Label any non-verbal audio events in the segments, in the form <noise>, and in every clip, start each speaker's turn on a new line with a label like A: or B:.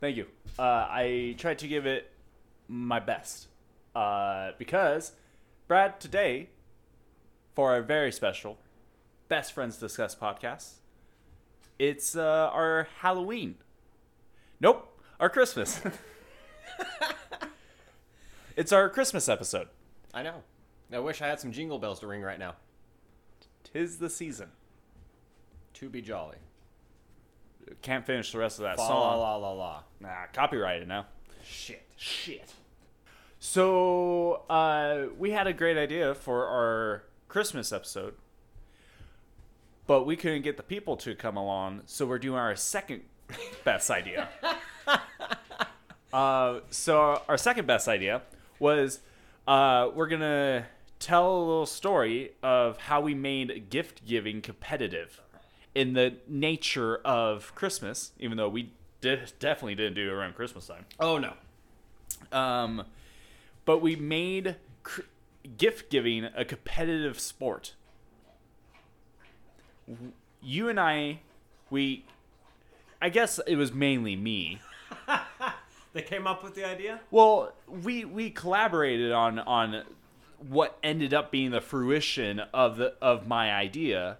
A: Thank you. Uh, I tried to give it my best uh, because Brad today, for our very special Best Friends Discuss podcast, it's uh, our Halloween. Nope, our Christmas. it's our Christmas episode.
B: I know. I wish I had some jingle bells to ring right now.
A: Tis the season.
B: To be jolly.
A: Can't finish the rest of that
B: Fa la
A: song.
B: la la la.
A: Nah, copyrighted now.
B: Shit.
A: Shit. So uh, we had a great idea for our Christmas episode, but we couldn't get the people to come along, so we're doing our second best idea. uh, so our second best idea was uh, we're gonna tell a little story of how we made gift giving competitive in the nature of Christmas, even though we de- definitely didn't do it around Christmas time.
B: Oh no.
A: Um, but we made cr- gift giving a competitive sport. W- You and I, we, I guess it was mainly me.
B: They came up with the idea?
A: Well, we we collaborated on on what ended up being the fruition of the of my idea,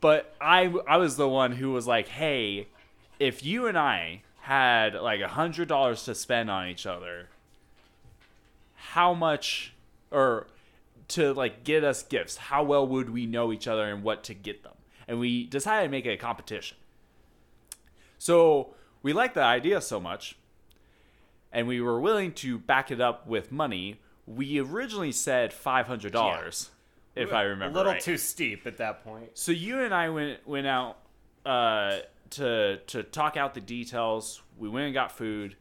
A: but I I was the one who was like, hey, if you and I had like a hundred dollars to spend on each other, how much or to like get us gifts, how well would we know each other and what to get them? And we decided to make it a competition. So we liked the idea so much and we were willing to back it up with money, we originally said five hundred dollars, if I remember.
B: A little
A: right.
B: too steep at that point.
A: So you and I went went out uh, to to talk out the details. We went and got food,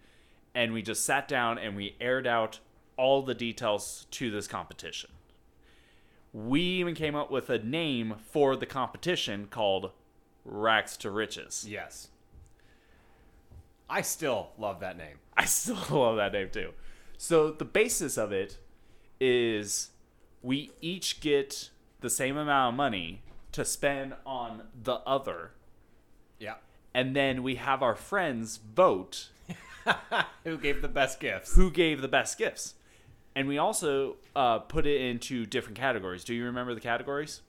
A: and we just sat down and we aired out all the details to this competition. We even came up with a name for the competition called Racks to Riches. <laughs>
B: Yes. I still love that name.
A: I still <laughs> love that name too. So the basis of it is we each get the same amount of money to spend on the other,
B: Yeah.
A: and then we have our friends vote
B: Who gave the best gifts?
A: who gave the best gifts. And we also uh, put it into different categories. Do you remember the categories?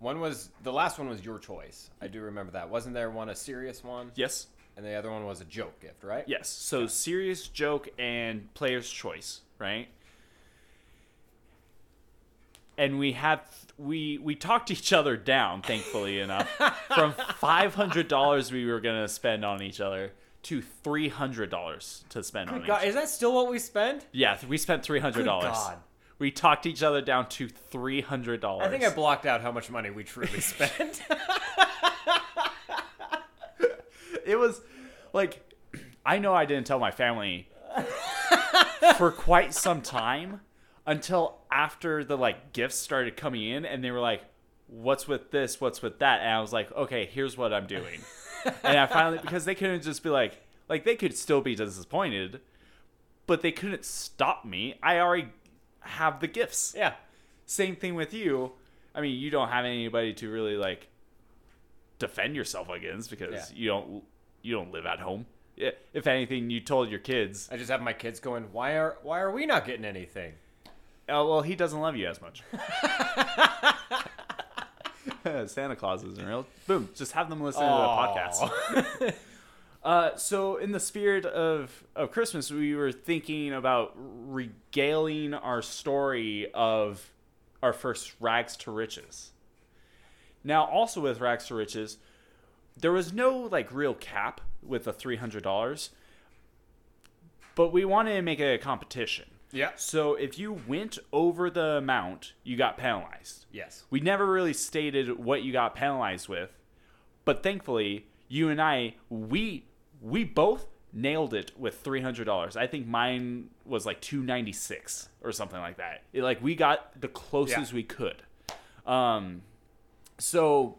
B: One was the last one was your choice. I do remember that. Wasn't there one a serious one?
A: Yes.
B: And the other one was a joke gift, right?
A: Yes. So serious joke and player's choice, right? And we had we we talked each other down, thankfully enough, from five hundred dollars we were gonna spend on each other to three hundred dollars to spend on each
B: God,
A: other.
B: is that still what we spend?
A: Yeah, we spent three hundred dollars.
B: Good God.
A: We talked each other down to three hundred dollars.
B: I think I blocked out how much money we
A: <laughs>
B: truly <laughs> spent.
A: it was like I know I didn't tell my
B: <laughs>
A: family for quite some time until after the like gifts started coming in and they were like what's with this what's with that and I was like okay here's what I'm doing and I finally because they couldn't just be like like they could still be disappointed but they couldn't stop me I already have the gifts
B: yeah.
A: same thing with you. I mean, you don't have anybody to really like defend yourself against because
B: Yeah.
A: you don't you don't live at home. Yeah, If anything, you told your kids,
B: I just have my kids going, why are why are we not getting anything?
A: "Oh, well, he doesn't love you as much." <laughs> Santa Claus isn't real. Boom, just have them listen to the podcast. Uh, so in the spirit of, of Christmas, we were thinking about regaling our story of our first rags to riches. Now, also with rags to riches, there was no like real cap with the three hundred dollars, but we wanted to make it a competition.
B: yeah.
A: So if you went over the amount, you got penalized.
B: Yes.
A: We never really stated what you got penalized with, but thankfully, you and I, we we both nailed it with three hundred dollars. I think mine was like two ninety six or something like that. It, like we got the closest
B: Yeah.
A: we could. Um, so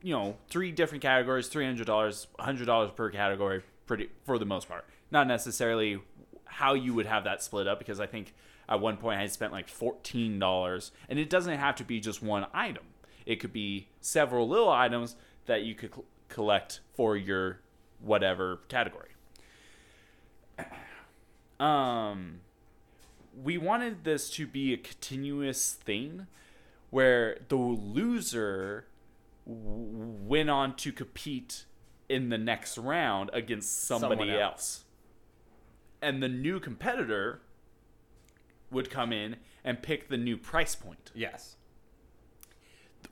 A: you know, three different categories, three hundred dollars, hundred dollars per category, pretty for the most part. Not necessarily how you would have that split up because I think at one point I spent like fourteen dollars, and it doesn't have to be just one item. It could be several little items that you could cl- collect for your whatever category. Um, we wanted this to be a continuous thing where the loser w- went on to compete in the next round against somebody
B: Someone
A: else.
B: else.
A: And the new competitor would come in and pick the new price point
B: Yes.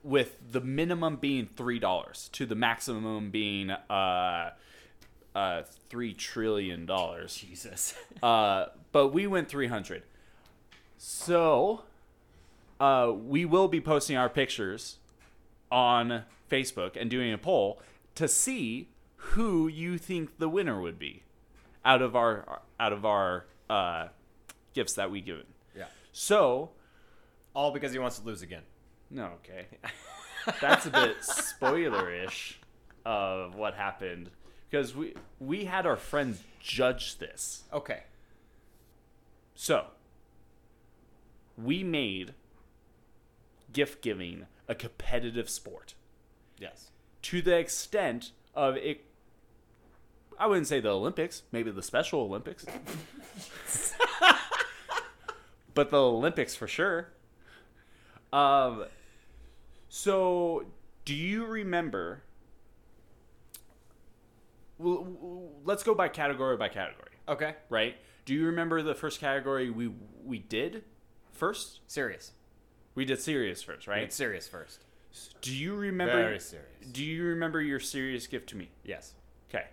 A: with the minimum being three dollars to the maximum being uh uh three trillion dollars
B: Jesus. <laughs>
A: uh but we went 300 so uh we will be posting our pictures on facebook and doing a poll to see who you think the winner would be out of our out of our uh gifts that we given
B: yeah.
A: so
B: All because he wants to lose again.
A: no, okay. That's a bit spoilerish of what happened because we we had our friends judge this.
B: Okay.
A: So we made gift giving a competitive sport
B: Yes.
A: to the extent of it I wouldn't say the Olympics, maybe the Special Olympics. <laughs> but the Olympics for sure. Um so do you remember well, w- w- let's go by category by category,
B: Okay.
A: right? Do you remember the first category we we did first?
B: Serious.
A: We did serious first, right?
B: It's serious first.
A: do you remember
B: serious.
A: Do you remember your serious gift to me?
B: Yes.
A: Okay.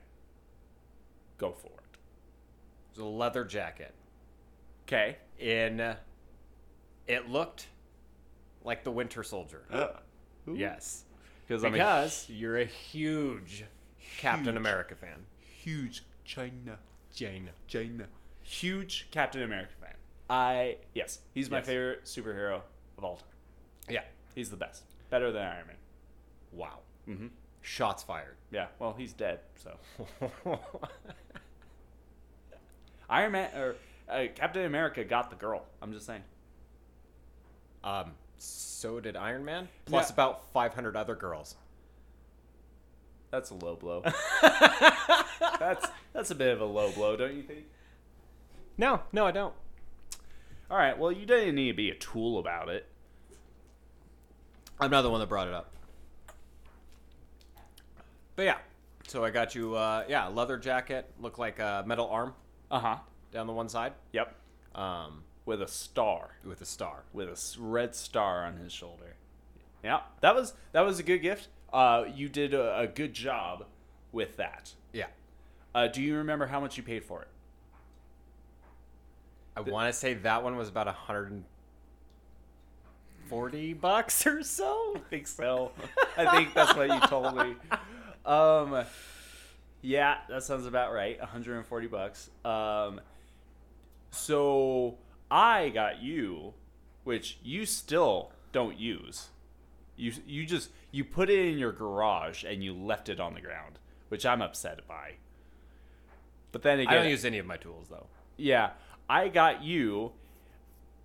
A: Go for it.
B: It was a leather jacket.
A: Okay.
B: In. It looked like the
A: <gasps>
B: Winter Soldier. Yes.
A: Because I'm a
B: Because you're a huge, Captain America fan.
A: huge China,
B: Jane.
A: China, huge Captain America fan. I yes, he's my
B: Yes.
A: favorite superhero of all time.
B: Yeah.
A: He's the best, better than Iron Man.
B: Wow. Mm-hmm. Shots fired. <laughs>
A: Yeah. Well, he's dead, so Iron Man or uh, Captain America got the girl. I'm just saying.
B: um, so did Iron Man, plus
A: Yeah.
B: about 500 other girls.
A: That's a low blow. that's that's a bit of a low blow, don't you think?
B: No, no, I don't.
A: All right. Well, you didn't need to be a tool about it.
B: I'm not the one that brought it up. But yeah, so I got you, uh, yeah, leather jacket, looked like a metal arm
A: Uh huh.
B: down the one side,
A: Yep.
B: um,
A: With a star.
B: with a star.
A: with a s- red star on his shoulder. Yeah, that was that was a good gift. Uh, you did a, a good job with that.
B: Yeah.
A: Uh, do you remember how much you paid for it?
B: I want to say that one was about 140 bucks or so.
A: I think so. I think that's what you told me. Um, yeah, that sounds about right. 140 bucks. Um, so I got you, which you still don't use. You you just you put it in your garage and you left it on the ground, which I'm upset by. But then again,
B: I don't use any of my tools though.
A: yeah, I got you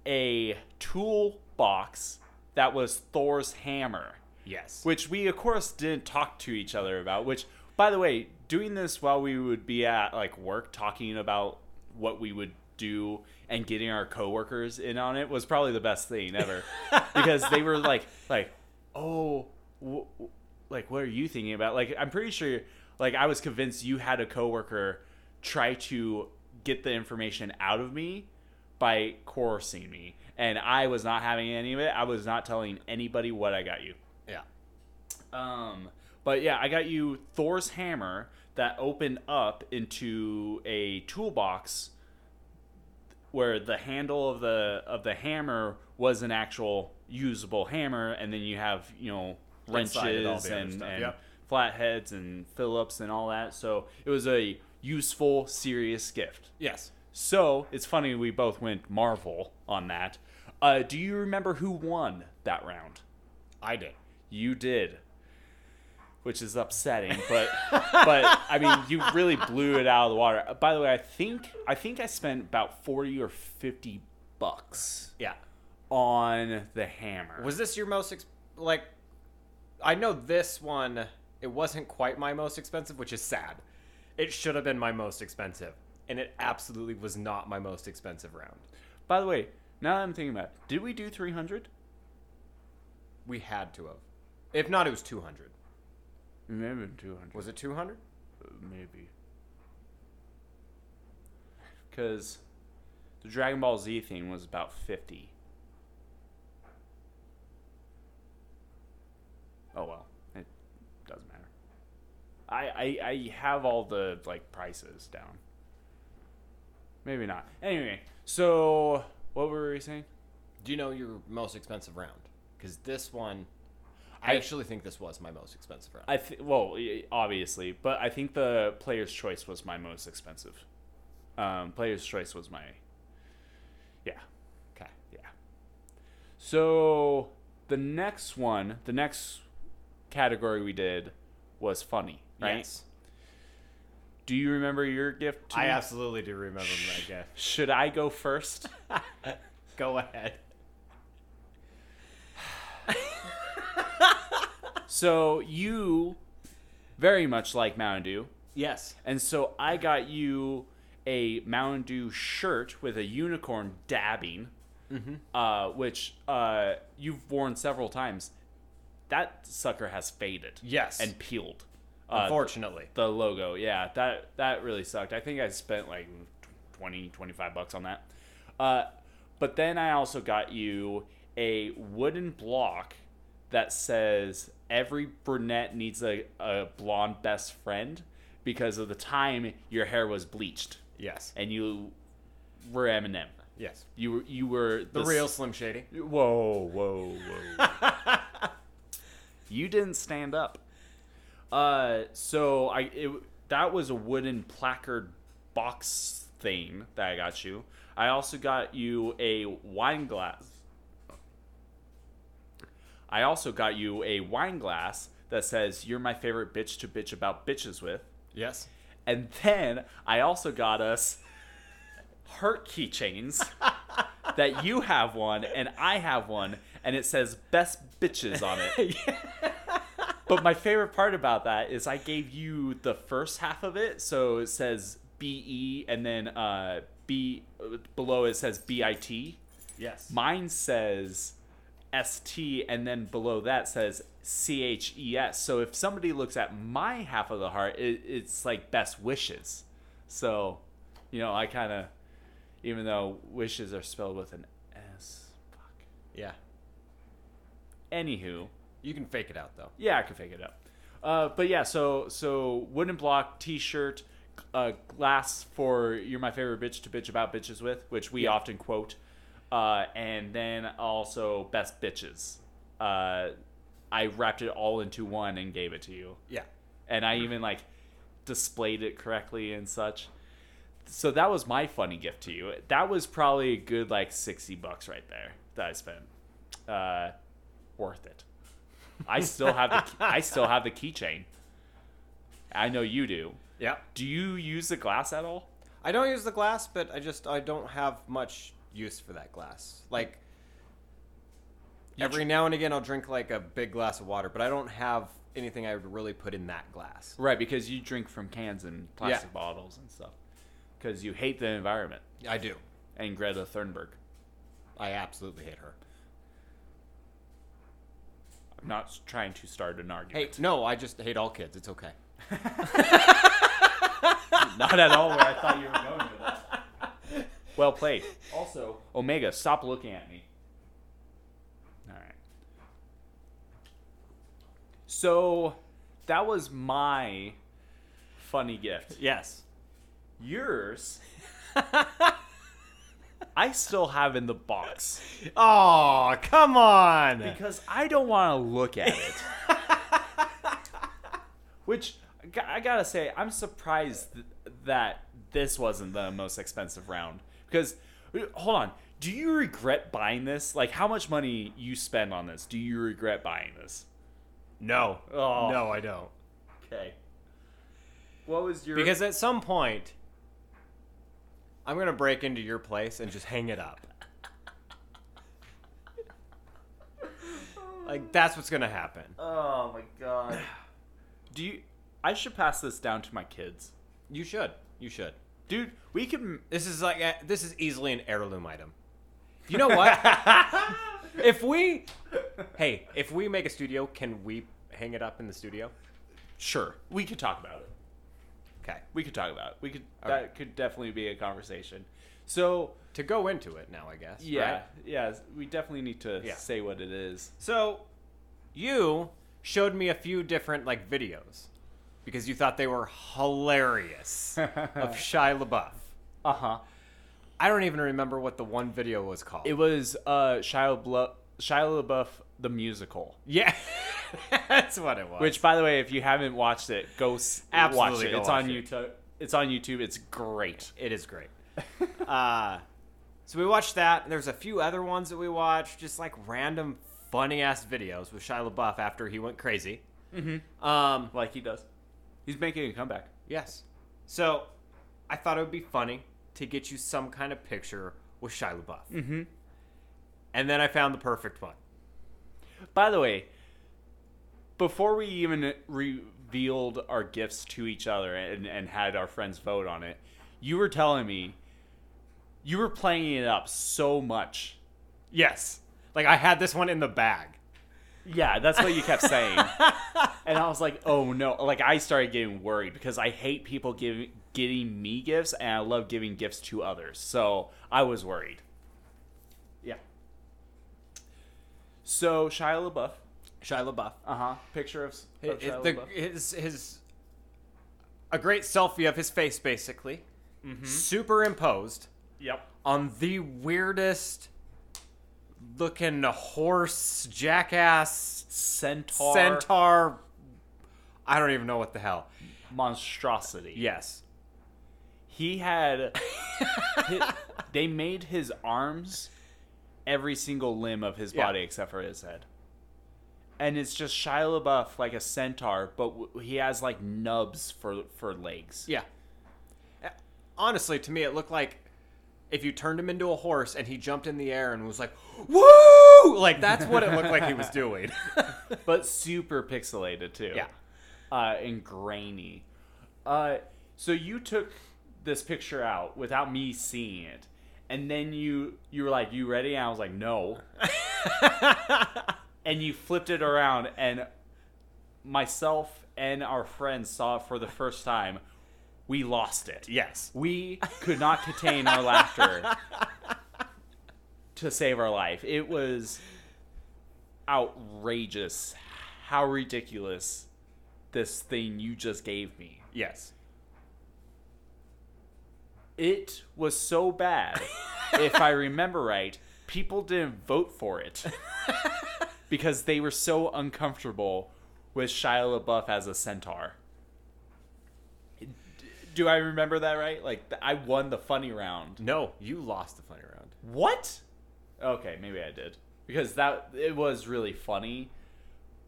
A: a tool box that was Thor's hammer
B: Yes.
A: which we of course didn't talk to each other about which by the way doing this while we would be at like work talking about what we would do and getting our coworkers in on it was probably the best thing ever because they were like like oh wh- wh- like what are you thinking about like i'm pretty sure like i was convinced you had a coworker try to get the information out of me by coercing me and i was not having any of it i was not telling anybody what i got you
B: yeah.
A: um, but yeah, I got you Thor's hammer that opened up into a toolbox where the handle of the of the hammer was an actual usable hammer, and then you have you know
B: Inside it, all
A: wrenches
B: the other
A: and,
B: stuff,
A: and
B: yep.
A: flatheads and Phillips and all that. So it was a useful, serious gift.
B: Yes.
A: So it's funny we both went Marvel on that. Uh, do you remember who won that round?
B: I did.
A: You did. Which is upsetting, but but I mean you really blew it out of the water. Uh, By the way, I think I think I spent about 40 or 50 bucks
B: Yeah.
A: on the hammer.
B: Was this your most ex- like? I know this one It wasn't quite my most expensive, which is sad. It should have been my most expensive, and it absolutely was not my most expensive round.
A: By the way, now that I'm thinking about it, did we do 300?
B: We had to have. If not, it was 200.
A: Maybe 200.
B: Was it 200?
A: maybe. Because the Dragon Ball Z thing was about 50. Oh well, it doesn't matter. I, I, I have all the like prices down. Maybe not. Anyway, so what were we saying?
B: Do you know your most expensive round? Because this one, I,
A: I-
B: actually think this was my most expensive round.
A: I th- well, y- obviously, but I think the player's choice was my most expensive. Um, player's choice was my, yeah,
B: okay.
A: yeah. So the next one, the next category we did was funny, right?
B: Yes.
A: Do you remember your gift?
B: I
A: too?
B: absolutely do remember my gift.
A: Should I go first? <laughs>
B: Go ahead.
A: so you, very much like Mountain Dew,
B: Yes.
A: And so I got you a Mountain Dew shirt with a unicorn dabbing,
B: Mm-hmm.
A: uh, which uh, you've worn several times. That sucker has faded.
B: Yes.
A: And peeled. Uh,
B: Unfortunately.
A: the logo. Yeah, that, that really sucked. I think I spent like 20, 25 bucks on that. Uh, but then I also got you a wooden block that says every brunette needs a, a blonde best friend because of the time your hair was bleached
B: Yes.
A: and you were Eminem.
B: Yes.
A: You were you were
B: The real Slim Shady.
A: Whoa, whoa, whoa. you didn't stand up. Uh so I it, that was a wooden placard box thing that I got you. I also got you a wine glass. I also got you a wine glass that says you're my favorite bitch to bitch about bitches with.
B: Yes.
A: And then I also got us heart keychains that you have one and I have one, and it says best bitches on it. But my favorite part about that is I gave you the first half of it, so it says BE, and then uh, B below it says BIT.
B: Yes.
A: Mine says ST, and then below that says CHES. So if somebody looks at my half of the heart, it, it's like best wishes. So, you know, I kind of, even though wishes are spelled with an S. Fuck.
B: yeah.
A: Anywho,
B: You can fake it out though.
A: yeah, I can fake it out. Uh, but yeah, so so wooden block T-shirt, uh, glass for "You're my favorite bitch to bitch about bitches with," which we often quote, uh, and then also best bitches. Uh, I wrapped it all into one and gave it to you,
B: Yeah.
A: and I even like displayed it correctly and such. So that was my funny gift to you. That was probably a good like sixty bucks right there that I spent. Uh, worth it. I still have the I still have the keychain. I know you do.
B: Yeah.
A: Do you use the glass at all?
B: I don't use the glass, but I just I don't have much use for that glass. Like every now and again I'll drink like a big glass of water, but I don't have anything I would really put in that glass.
A: Right, because you drink from cans and plastic
B: Yeah.
A: bottles and stuff. Because you hate the environment
B: I do.
A: and Greta Thunberg.
B: I absolutely hate her.
A: I'm not s- trying to start an
B: Hey,
A: argument.
B: no, I just hate all kids. It's okay.
A: <laughs> Not at all where I thought you were going with that. Well played. Also, Omega, stop looking at me. All right. So, that was my funny gift.
B: Yes.
A: Yours, <laughs> I still have in the box
B: Oh, come on.
A: because I don't want to look at <laughs> it. Which I g- I gotta say, I'm surprised th- that this wasn't the most expensive round. Because uh, hold on, do you regret buying this? Like, how much money you spend on this? Do you regret buying this?
B: no.
A: Oh.
B: No, I don't.
A: Okay. What was your
B: Because at some point, I'm gonna break into your place and just hang it up. like that's what's gonna happen.
A: Oh my god. <sighs> do you? I should pass this down to my kids,
B: You should. You should.
A: dude. We can.
B: This is like a, this is easily an heirloom item. You know what? if we, hey, if we make a studio, can we hang it up in the studio?
A: Sure, we could talk about it.
B: Okay.
A: We could talk about it. We could.
B: All
A: that
B: right.
A: could definitely be a conversation. So
B: To go into it now, I guess.
A: yeah,
B: right?
A: yeah. We definitely need to
B: Yeah.
A: say what it is.
B: So, you showed me a few different like videos because you thought they were
A: <laughs>
B: hilarious of Shia LaBeouf.
A: Uh huh.
B: I don't even remember what the one video was called.
A: It was uh Shia, Blu- Shia LaBeouf the musical.
B: yeah, <laughs> that's what it was.
A: Which, by the way, if you haven't watched it, go s- watch
B: Absolutely
A: it.
B: go
A: it's
B: watch
A: on
B: it.
A: YouTube. It's on YouTube. It's great.
B: It
A: <laughs>
B: is great. uh, so we watched that. There's a few other ones that we watched, just like random funny ass videos with Shia LaBeouf after he went crazy. Mm-hmm. Um,
A: Like he does. He's making a comeback.
B: yes. So I thought it would be funny to get you some kind of picture with Shia LaBeouf. Mm-hmm. And then I found the perfect one.
A: By the way, before we even revealed our gifts to each other and, and had our friends vote on it, you were telling me you were playing it up so much.
B: Yes. Like I had this one in the bag.
A: Yeah, that's what you kept saying.
B: <laughs>
A: and I was like, oh no. Like, I started getting worried because I hate people giving getting me gifts and I love giving gifts to others. So I was worried. Yeah. So Shia LaBeouf.
B: Shia LaBeouf.
A: Uh huh. Picture of,
B: Hi-
A: of
B: hi-
A: Shia
B: the-
A: LaBeouf.
B: his his a great selfie of his face basically Mm-hmm. superimposed
A: Yep.
B: on the weirdest looking horse jackass
A: Centaur.
B: centaur I don't even know what the hell.
A: monstrosity.
B: Yes.
A: He had.
B: <laughs>
A: hi- they made his arms every single limb of his
B: Yeah.
A: body except for his head. And it's just Shia LaBeouf like a centaur, but w- he has like nubs for for legs.
B: Yeah. Uh, Honestly, to me it looked like if you turned him into a horse and he jumped in the air and was like, "Woo!" Like that's what it looked like he was doing.
A: But super pixelated too.
B: <laughs> Yeah.
A: Uh, and grainy. Uh, so you took this picture out without me seeing it, and then you you were like, "You ready?" And I was like, "No." and you flipped it around, and myself and our friends saw it for the first time. We lost it.
B: yes.
A: We could not contain our laughter to save our life. It was outrageous how ridiculous this thing you just gave me.
B: Yes.
A: It was so bad, if I remember right, people didn't vote for it because they were so uncomfortable with Shia LaBeouf as a centaur. D- Do I remember that right? Like, th- I won the funny round.
B: No, you lost the funny round.
A: What? Okay, maybe I did because that it was really funny.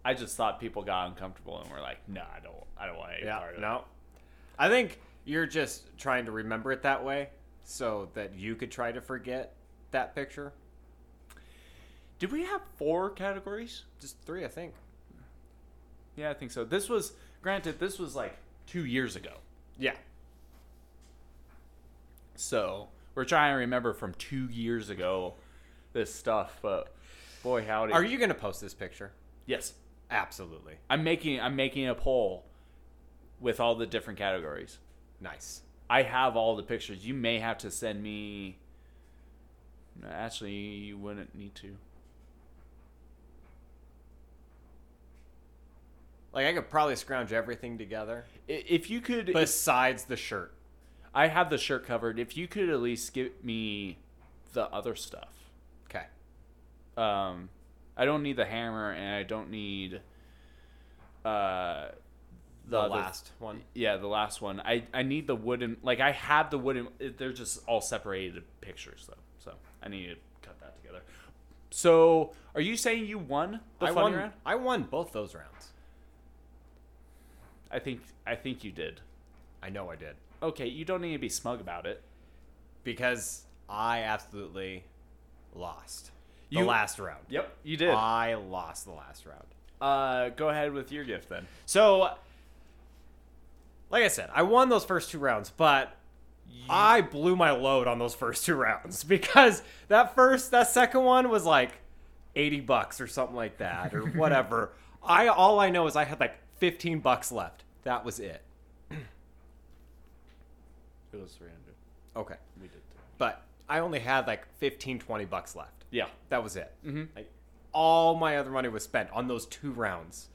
A: I just thought people got uncomfortable and were like, "No, I don't. I don't want any
B: Yeah,
A: part of
B: no. I think you're just trying to remember it that way so that you could try to forget that picture.
A: it." Did we have four categories?
B: Just three, I think.
A: Yeah, I think so. This was granted. This was like two years ago,
B: Yeah.
A: so we're trying to remember from two years ago this stuff. But boy, howdy!
B: Are you going to post this picture?
A: Yes,
B: Absolutely.
A: I'm making. I'm making a poll with all the different categories.
B: Nice.
A: I have all the pictures. You may have to send me. No, Actually, you wouldn't need to.
B: Like I could probably scrounge everything together
A: I- If you could,
B: besides the shirt.
A: I have the shirt covered. If you could at least give me the other stuff.
B: Okay.
A: Um, I don't need the hammer, and I don't need. Uh,
B: The
A: other-
B: last one.
A: yeah, the last one. I I need the wooden. Like I have the wooden. it- They're just all separated pictures though, so I need to cut that together. So, are you saying you won the
B: I
A: funny
B: won
A: round?
B: I won both those rounds.
A: I think I think you did.
B: I know I did.
A: Okay, you don't need to be smug about it.
B: Because I absolutely lost the
A: You-
B: last round.
A: Yep, you did.
B: I lost the last round.
A: Uh, go ahead with your gift then.
B: So like I said, I won those first two rounds, but I blew my load on those first two rounds <laughs> because that first, that second one was like eighty bucks or something like that <laughs> or whatever. I all I know is I had like fifteen bucks left. That was it.
A: It was 300.
B: Okay,
A: We did.
B: but I only had like 15, 20 bucks left.
A: Yeah.
B: That was it. Like all my other money was spent on those two rounds.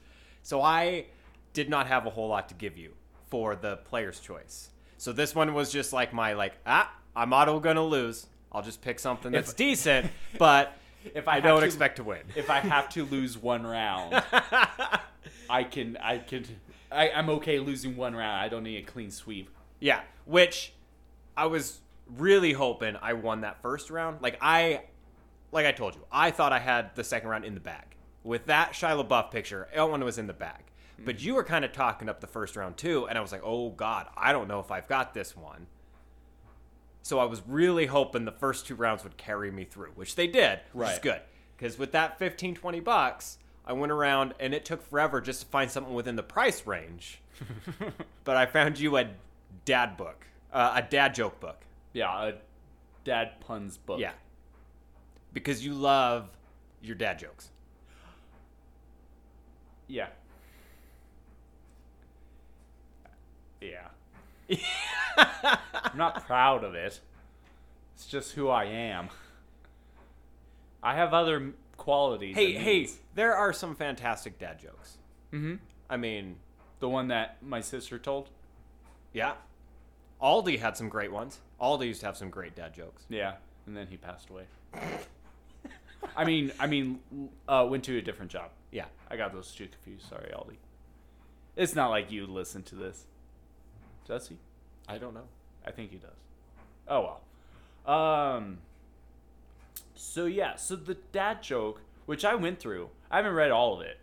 B: So I did not have a whole lot to give you for the player's choice. So this one was just like my like ah, I'm auto gonna lose. I'll just pick something that's decent, but
A: If
B: I don't expect to win.
A: <laughs> if I have to lose one <laughs> round, I can I can I, I'm okay losing one round. I don't need a clean sweep.
B: Yeah, which I was really hoping I won that first round. Like I, like I told you, I thought I had the second round in the bag with that Shia LaBeouf picture. That one was in the bag, but you were kind of talking up the first round too, and I was like, oh god, I don't know if I've got this one. So I was really hoping the first two rounds would carry me through, which they did, which is
A: Right.
B: good. Because with that 15, 20 bucks, I went around and it took forever just to find something within the price range but I found you a dad book, uh, a dad joke book.
A: Yeah, a dad puns book.
B: Yeah, because you love your dad jokes.
A: Yeah. Yeah. I'm not proud of it. It's just who I am. I have other m- qualities.
B: Hey,
A: and
B: hey,
A: needs.
B: there are some fantastic dad jokes.
A: Mhm.
B: I mean,
A: The one that my sister told?
B: yeah, Aldi had some great ones. Aldi used to have some great dad jokes.
A: Yeah, and then he passed away. I mean, I mean, uh, went to a different job.
B: Yeah,
A: I got those two confused. Sorry, Aldi. It's not like you listen to this, does he?
B: I don't know.
A: I think he does. Oh well. Um. So yeah, so the dad joke, which I went through, I haven't read all of it,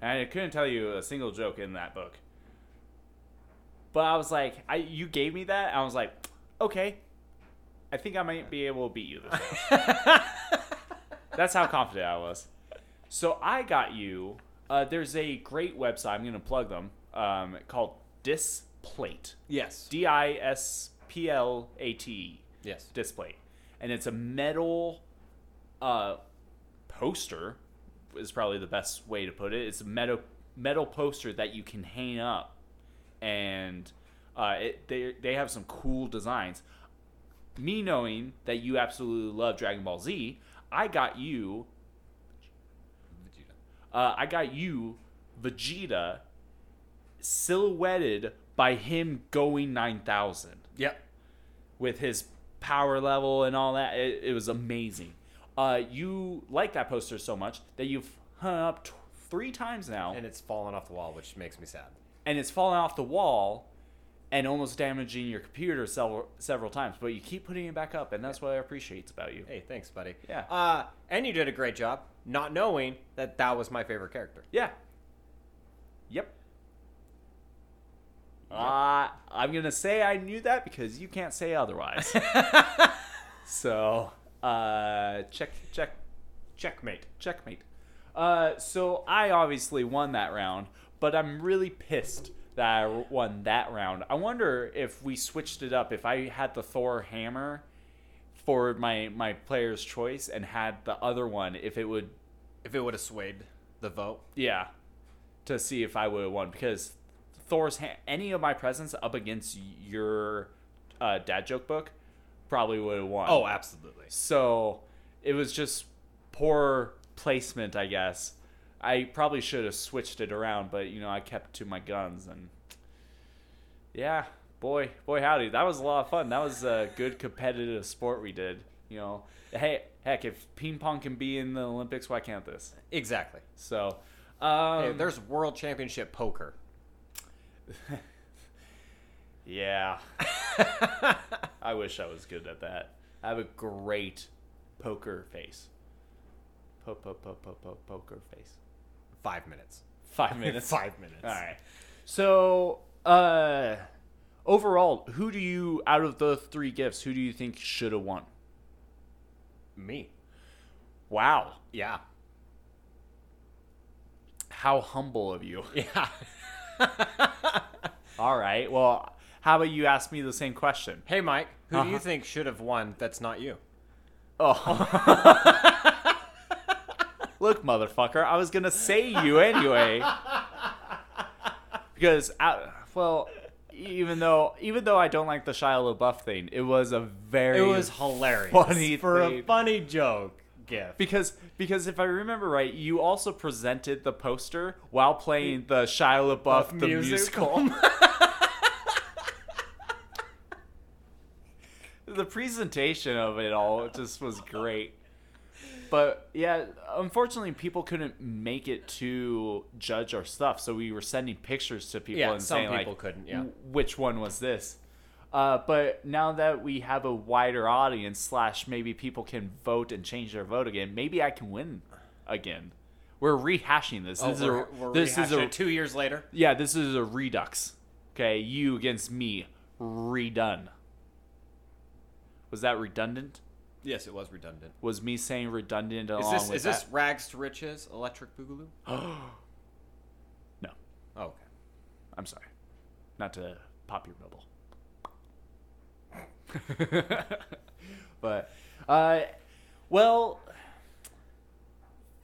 A: and I couldn't tell you a single joke in that book. But I was like, I you gave me that, and I was like, okay, I think I might be able to beat you this time. That's how confident I was. So I got you. Uh, there's a great website. I'm going to plug them. Um, called Displate.
B: yes,
A: D I S P L A T E.
B: yes,
A: display, and it's a metal uh, poster. Is probably the best way to put it. It's a metal metal poster that you can hang up, and uh, it, they they have some cool designs. Me knowing that you absolutely love Dragon Ball Z, I got you. Uh, I got you, Vegeta, silhouetted by him going nine thousand
B: yep.
A: with his power level and all that. It, it was amazing. Uh, you like that poster so much that you've hung up t- three times now,
B: And
A: and,
B: it's fallen off the wall, which makes me sad.
A: it's fallen off the wall and almost damaging your computer several several times. But you keep putting it back up, and that's what I appreciate about you.
B: Hey, thanks, buddy.
A: Yeah.
B: Uh, and you did a great job not knowing that that was my favorite character.
A: Yeah. Yep. Uh, I'm gonna say I knew that because you can't say otherwise. so uh, check check
B: Checkmate.
A: checkmate. Uh, so I obviously won that round, but I'm really pissed that I won that round. I wonder if we switched it up. If I had the Thor hammer for my my player's choice and had the other one, if it would,
B: If it would have swayed the vote,
A: yeah, to see if I would have won because Thor's ha- any of my presents up against your uh, dad joke book probably would have won.
B: Oh, absolutely.
A: So it was just poor placement, I guess. I probably should have switched it around, but you know, I kept to my guns and yeah, boy, boy howdy. That was a lot of fun. That was a good competitive sport we did, you know. Hey, heck, if ping pong can be in the Olympics, why can't this?
B: Exactly.
A: So,
B: Hey,
A: um
B: there's world championship poker. <laughs>
A: yeah. I wish I was good at that. I have a great poker face. Po po po po po poker face.
B: Five minutes.
A: Five minutes.
B: <laughs> Five minutes.
A: All right. So, uh, overall, who do you out of the three gifts, who do you think should have won?
B: Me.
A: Wow,
B: Yeah.
A: how humble of you!
B: Yeah.
A: All right. Well, how about you ask me the same question?
B: <laughs> Hey, Mike, who do you think should have won? That's not you.
A: Oh. <laughs> Look, motherfucker, I was going to say you anyway. Because I, well, even though even though I don't like the Shia LaBeouf thing, it was a very
B: It was hilarious
A: funny
B: <laughs> for a
A: thing.
B: funny joke gift.
A: because because if I remember right, you also presented the poster while playing the Shia LaBeouf the musical.
B: <laughs>
A: the presentation of it all just was great. But yeah, unfortunately, people couldn't make it to judge our stuff, so we were sending pictures to people
B: Yeah,
A: and
B: some
A: saying
B: people
A: like,
B: couldn't, yeah.
A: which one was this?" Uh, but now that we have a wider audience, slash, maybe people can vote and change their vote again. Maybe I can win again. We're rehashing this.
B: Oh,
A: this
B: we're,
A: is a,
B: we're
A: this is
B: rehashing
A: a
B: it two years later.
A: yeah, this is a redux. Okay, you against me, redone. Was that redundant?
B: Yes, it was redundant.
A: Was me saying redundant
B: Is
A: along
B: this
A: with
B: is this
A: that?
B: rags to riches electric boogaloo?
A: No,
B: Oh, <gasps> okay.
A: I'm sorry, not to pop your bubble. <laughs> but, uh, well,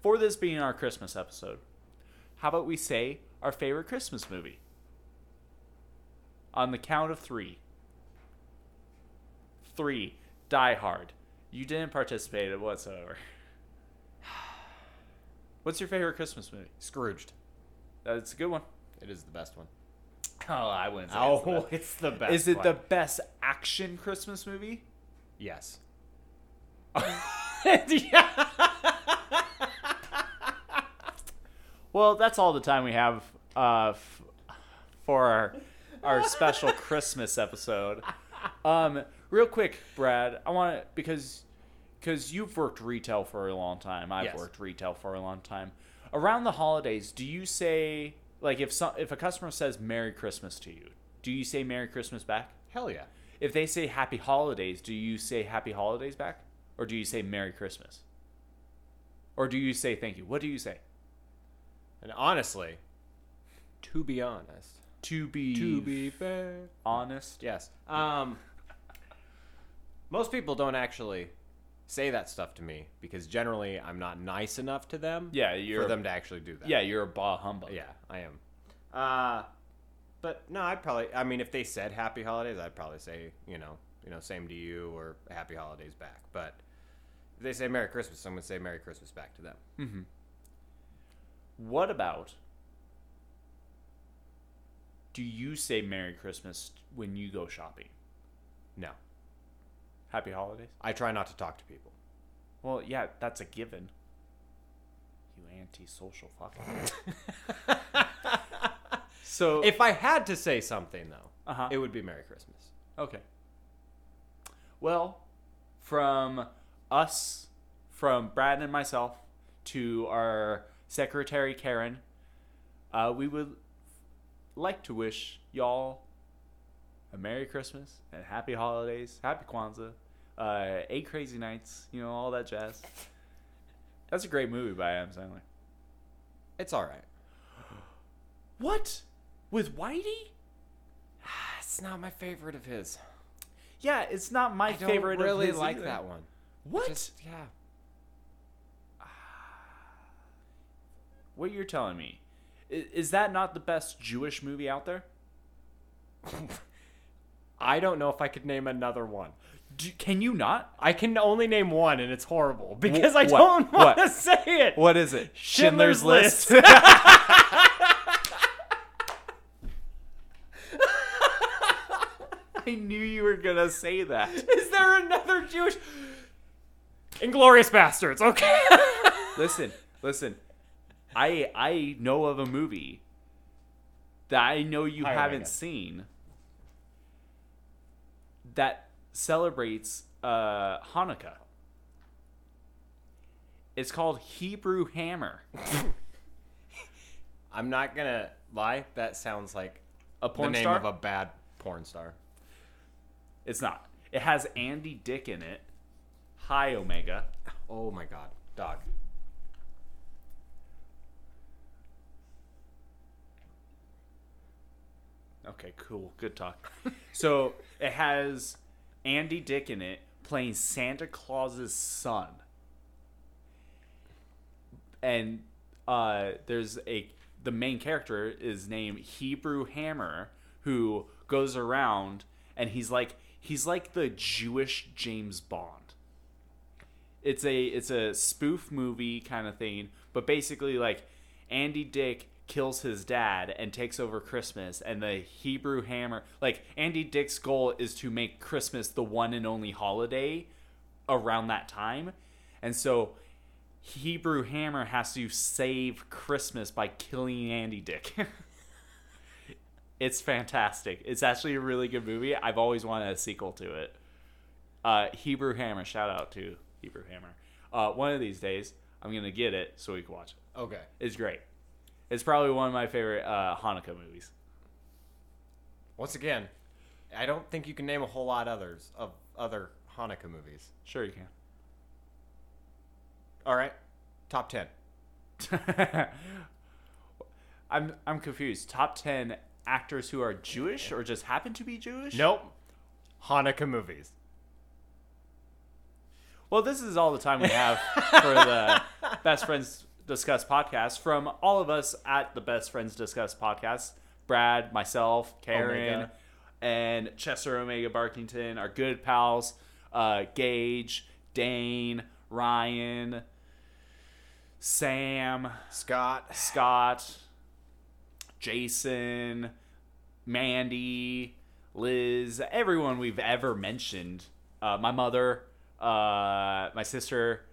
A: for this being our Christmas episode, how about we say our favorite Christmas movie? On the count of three. Three. Die Hard. You didn't participate in whatsoever. <sighs> What's your favorite Christmas movie?
B: Scrooged.
A: That's a good one.
B: It is the best one.
A: Oh, I wouldn't say it's the
B: Oh,
A: best.
B: it's the best.
A: Is it
B: one.
A: the best action Christmas movie?
B: yes?
A: <laughs> Well, that's all the time we have uh, f- for our, our <laughs> special Christmas episode. Um, real quick, Brad, I want to because because you've worked retail for a long time. I've
B: Yes.
A: worked retail for a long time. Around the holidays, do you say like if some if a customer says Merry Christmas to you, do you say Merry Christmas back?
B: Hell yeah.
A: If they say Happy Holidays, do you say Happy Holidays back, or do you say Merry Christmas, or do you say Thank you? What do you say?
B: And honestly, to be honest,
A: To be
B: fair,
A: honest.
B: yes. Um, most people don't actually say that stuff to me because generally I'm not nice enough to them.
A: Yeah, you're
B: for them to actually do that.
A: yeah you're a bah humbug.
B: yeah, I am. Uh, but no, I'd probably. I mean, if they said Happy Holidays, I'd probably say you know, you know, same to you or Happy Holidays back. But if they say Merry Christmas, I'm gonna say Merry Christmas back to them.
A: What about? Do you say Merry Christmas when you go shopping?
B: No,
A: Happy Holidays.
B: I try not to talk
A: <laughs>
B: to people.
A: Well, yeah, that's a given. You antisocial <laughs> fucker. so
B: If I had to say something though,
A: Uh-huh.
B: it would be Merry Christmas.
A: Okay. Well, from us, from Brad and myself, to our secretary Karen, uh, we would like to wish y'all a Merry Christmas and Happy Holidays, Happy Kwanzaa, uh, Eight Crazy Nights, you know, all that jazz. That's a great movie by Adam Sandler.
B: It's all right.
A: What? With Whitey?
B: That's not my favorite of his.
A: Yeah, it's not my
B: I don't
A: favorite. of
B: really
A: his
B: like
A: either.
B: that one.
A: What?
B: Just, yeah.
A: What you're telling me is, is that not the best Jewish movie out there?
B: I don't know if I could name another one.
A: Do, can you not?
B: I can only name one, and it's horrible because I
A: what?
B: don't
A: What?
B: want to <laughs> say it.
A: What is it?
B: Schindler's
A: <laughs> I knew you were gonna say that.
B: Is there another Jewish? Inglorious Bastards. Okay.
A: Listen, listen. I I know of a movie that I know you
B: Iron Man.
A: haven't seen that celebrates uh, Hanukkah. It's called Hebrew Hammer.
B: <laughs> I'm not gonna lie. That sounds like
A: A
B: the
A: porn
B: name
A: star.
B: of a bad porn star.
A: It's not. It has Andy Dick in it. Hi Omega.
B: Oh my god, dog.
A: Okay. Okay, cool. Good talk. so it has Andy Dick in it playing Santa Claus's son. And uh, there's a the main character is named Hebrew Hammer who goes around and he's like he's like the Jewish James Bond. It's a it's a spoof movie kind of thing, but basically like Andy Dick kills his dad and takes over Christmas and the Hebrew Hammer like Andy Dick's goal is to make Christmas the one and only holiday around that time. And so Hebrew Hammer has to save Christmas by killing Andy Dick. <laughs> it's fantastic. It's actually a really good movie. I've always wanted a sequel to it. Uh, Hebrew Hammer, shout out to Hebrew Hammer. Uh, one of these days, I'm gonna get it so we can watch it.
B: Okay.
A: It's great. It's probably one of my favorite uh, Hanukkah movies.
B: Once again, I don't think you can name a whole lot others of other Hanukkah movies.
A: Sure you can.
B: All right. Top 10.
A: <laughs> I'm I'm confused. Top ten actors who are Jewish or just happen to be Jewish?
B: Nope. Hanukkah movies.
A: Well, this is all the time we have for the Best Friends Discuss podcast from all of us at the Best Friends Discuss podcast. Brad, myself, Karen,
B: Omega.
A: and Chester Omega Barkington, our good pals, uh, Gage, Dane, Ryan, Sam,
B: Scott.
A: Scott, Jason, Mandy, Liz, everyone we've ever mentioned. Uh, my mother, uh, my sister,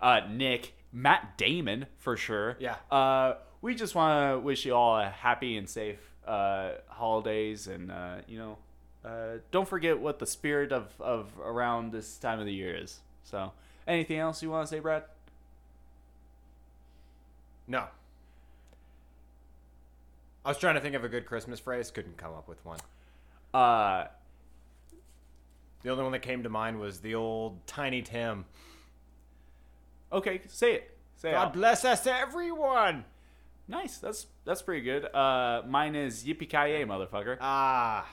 A: uh, Nick, Matt Damon for sure.
B: Yeah.
A: Uh, we just want to wish you all a happy and safe uh, holidays, and uh, you know, uh, don't forget what the spirit of of around this time of the year is. So, anything else you want to say, Brad?
B: No. I was trying to think of a good Christmas phrase, couldn't come up with one.
A: Uh,
B: The only one that came to mind was the old Tiny Tim.
A: okay, say it. Say it.
B: God bless us, everyone!
A: Nice. That's that's pretty good. Uh, mine is yippee ki yay, motherfucker.
B: Ah.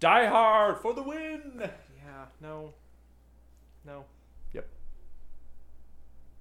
A: Die hard for the win.
B: Yeah, no. No.